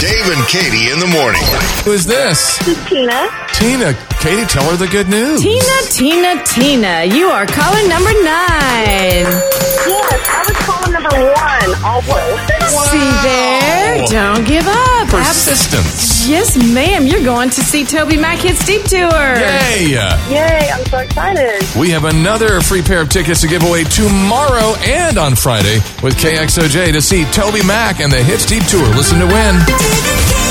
Dave and Katie in the morning. Who is this? Tina. Tina. Katie, tell her the good news. Tina, Tina, Tina, you are caller number nine. Yes, I was calling number one almost. See there? Don't give up. Abs- Persistence. yes, ma'am. You're going to see Toby Mac Hit Steep Tour. Yay! Yay, I'm so excited. We have another free pair of tickets to give away tomorrow and on Friday with KXOJ to see Toby Mack and the Hits Deep Tour. Listen to win. Dave and Katie.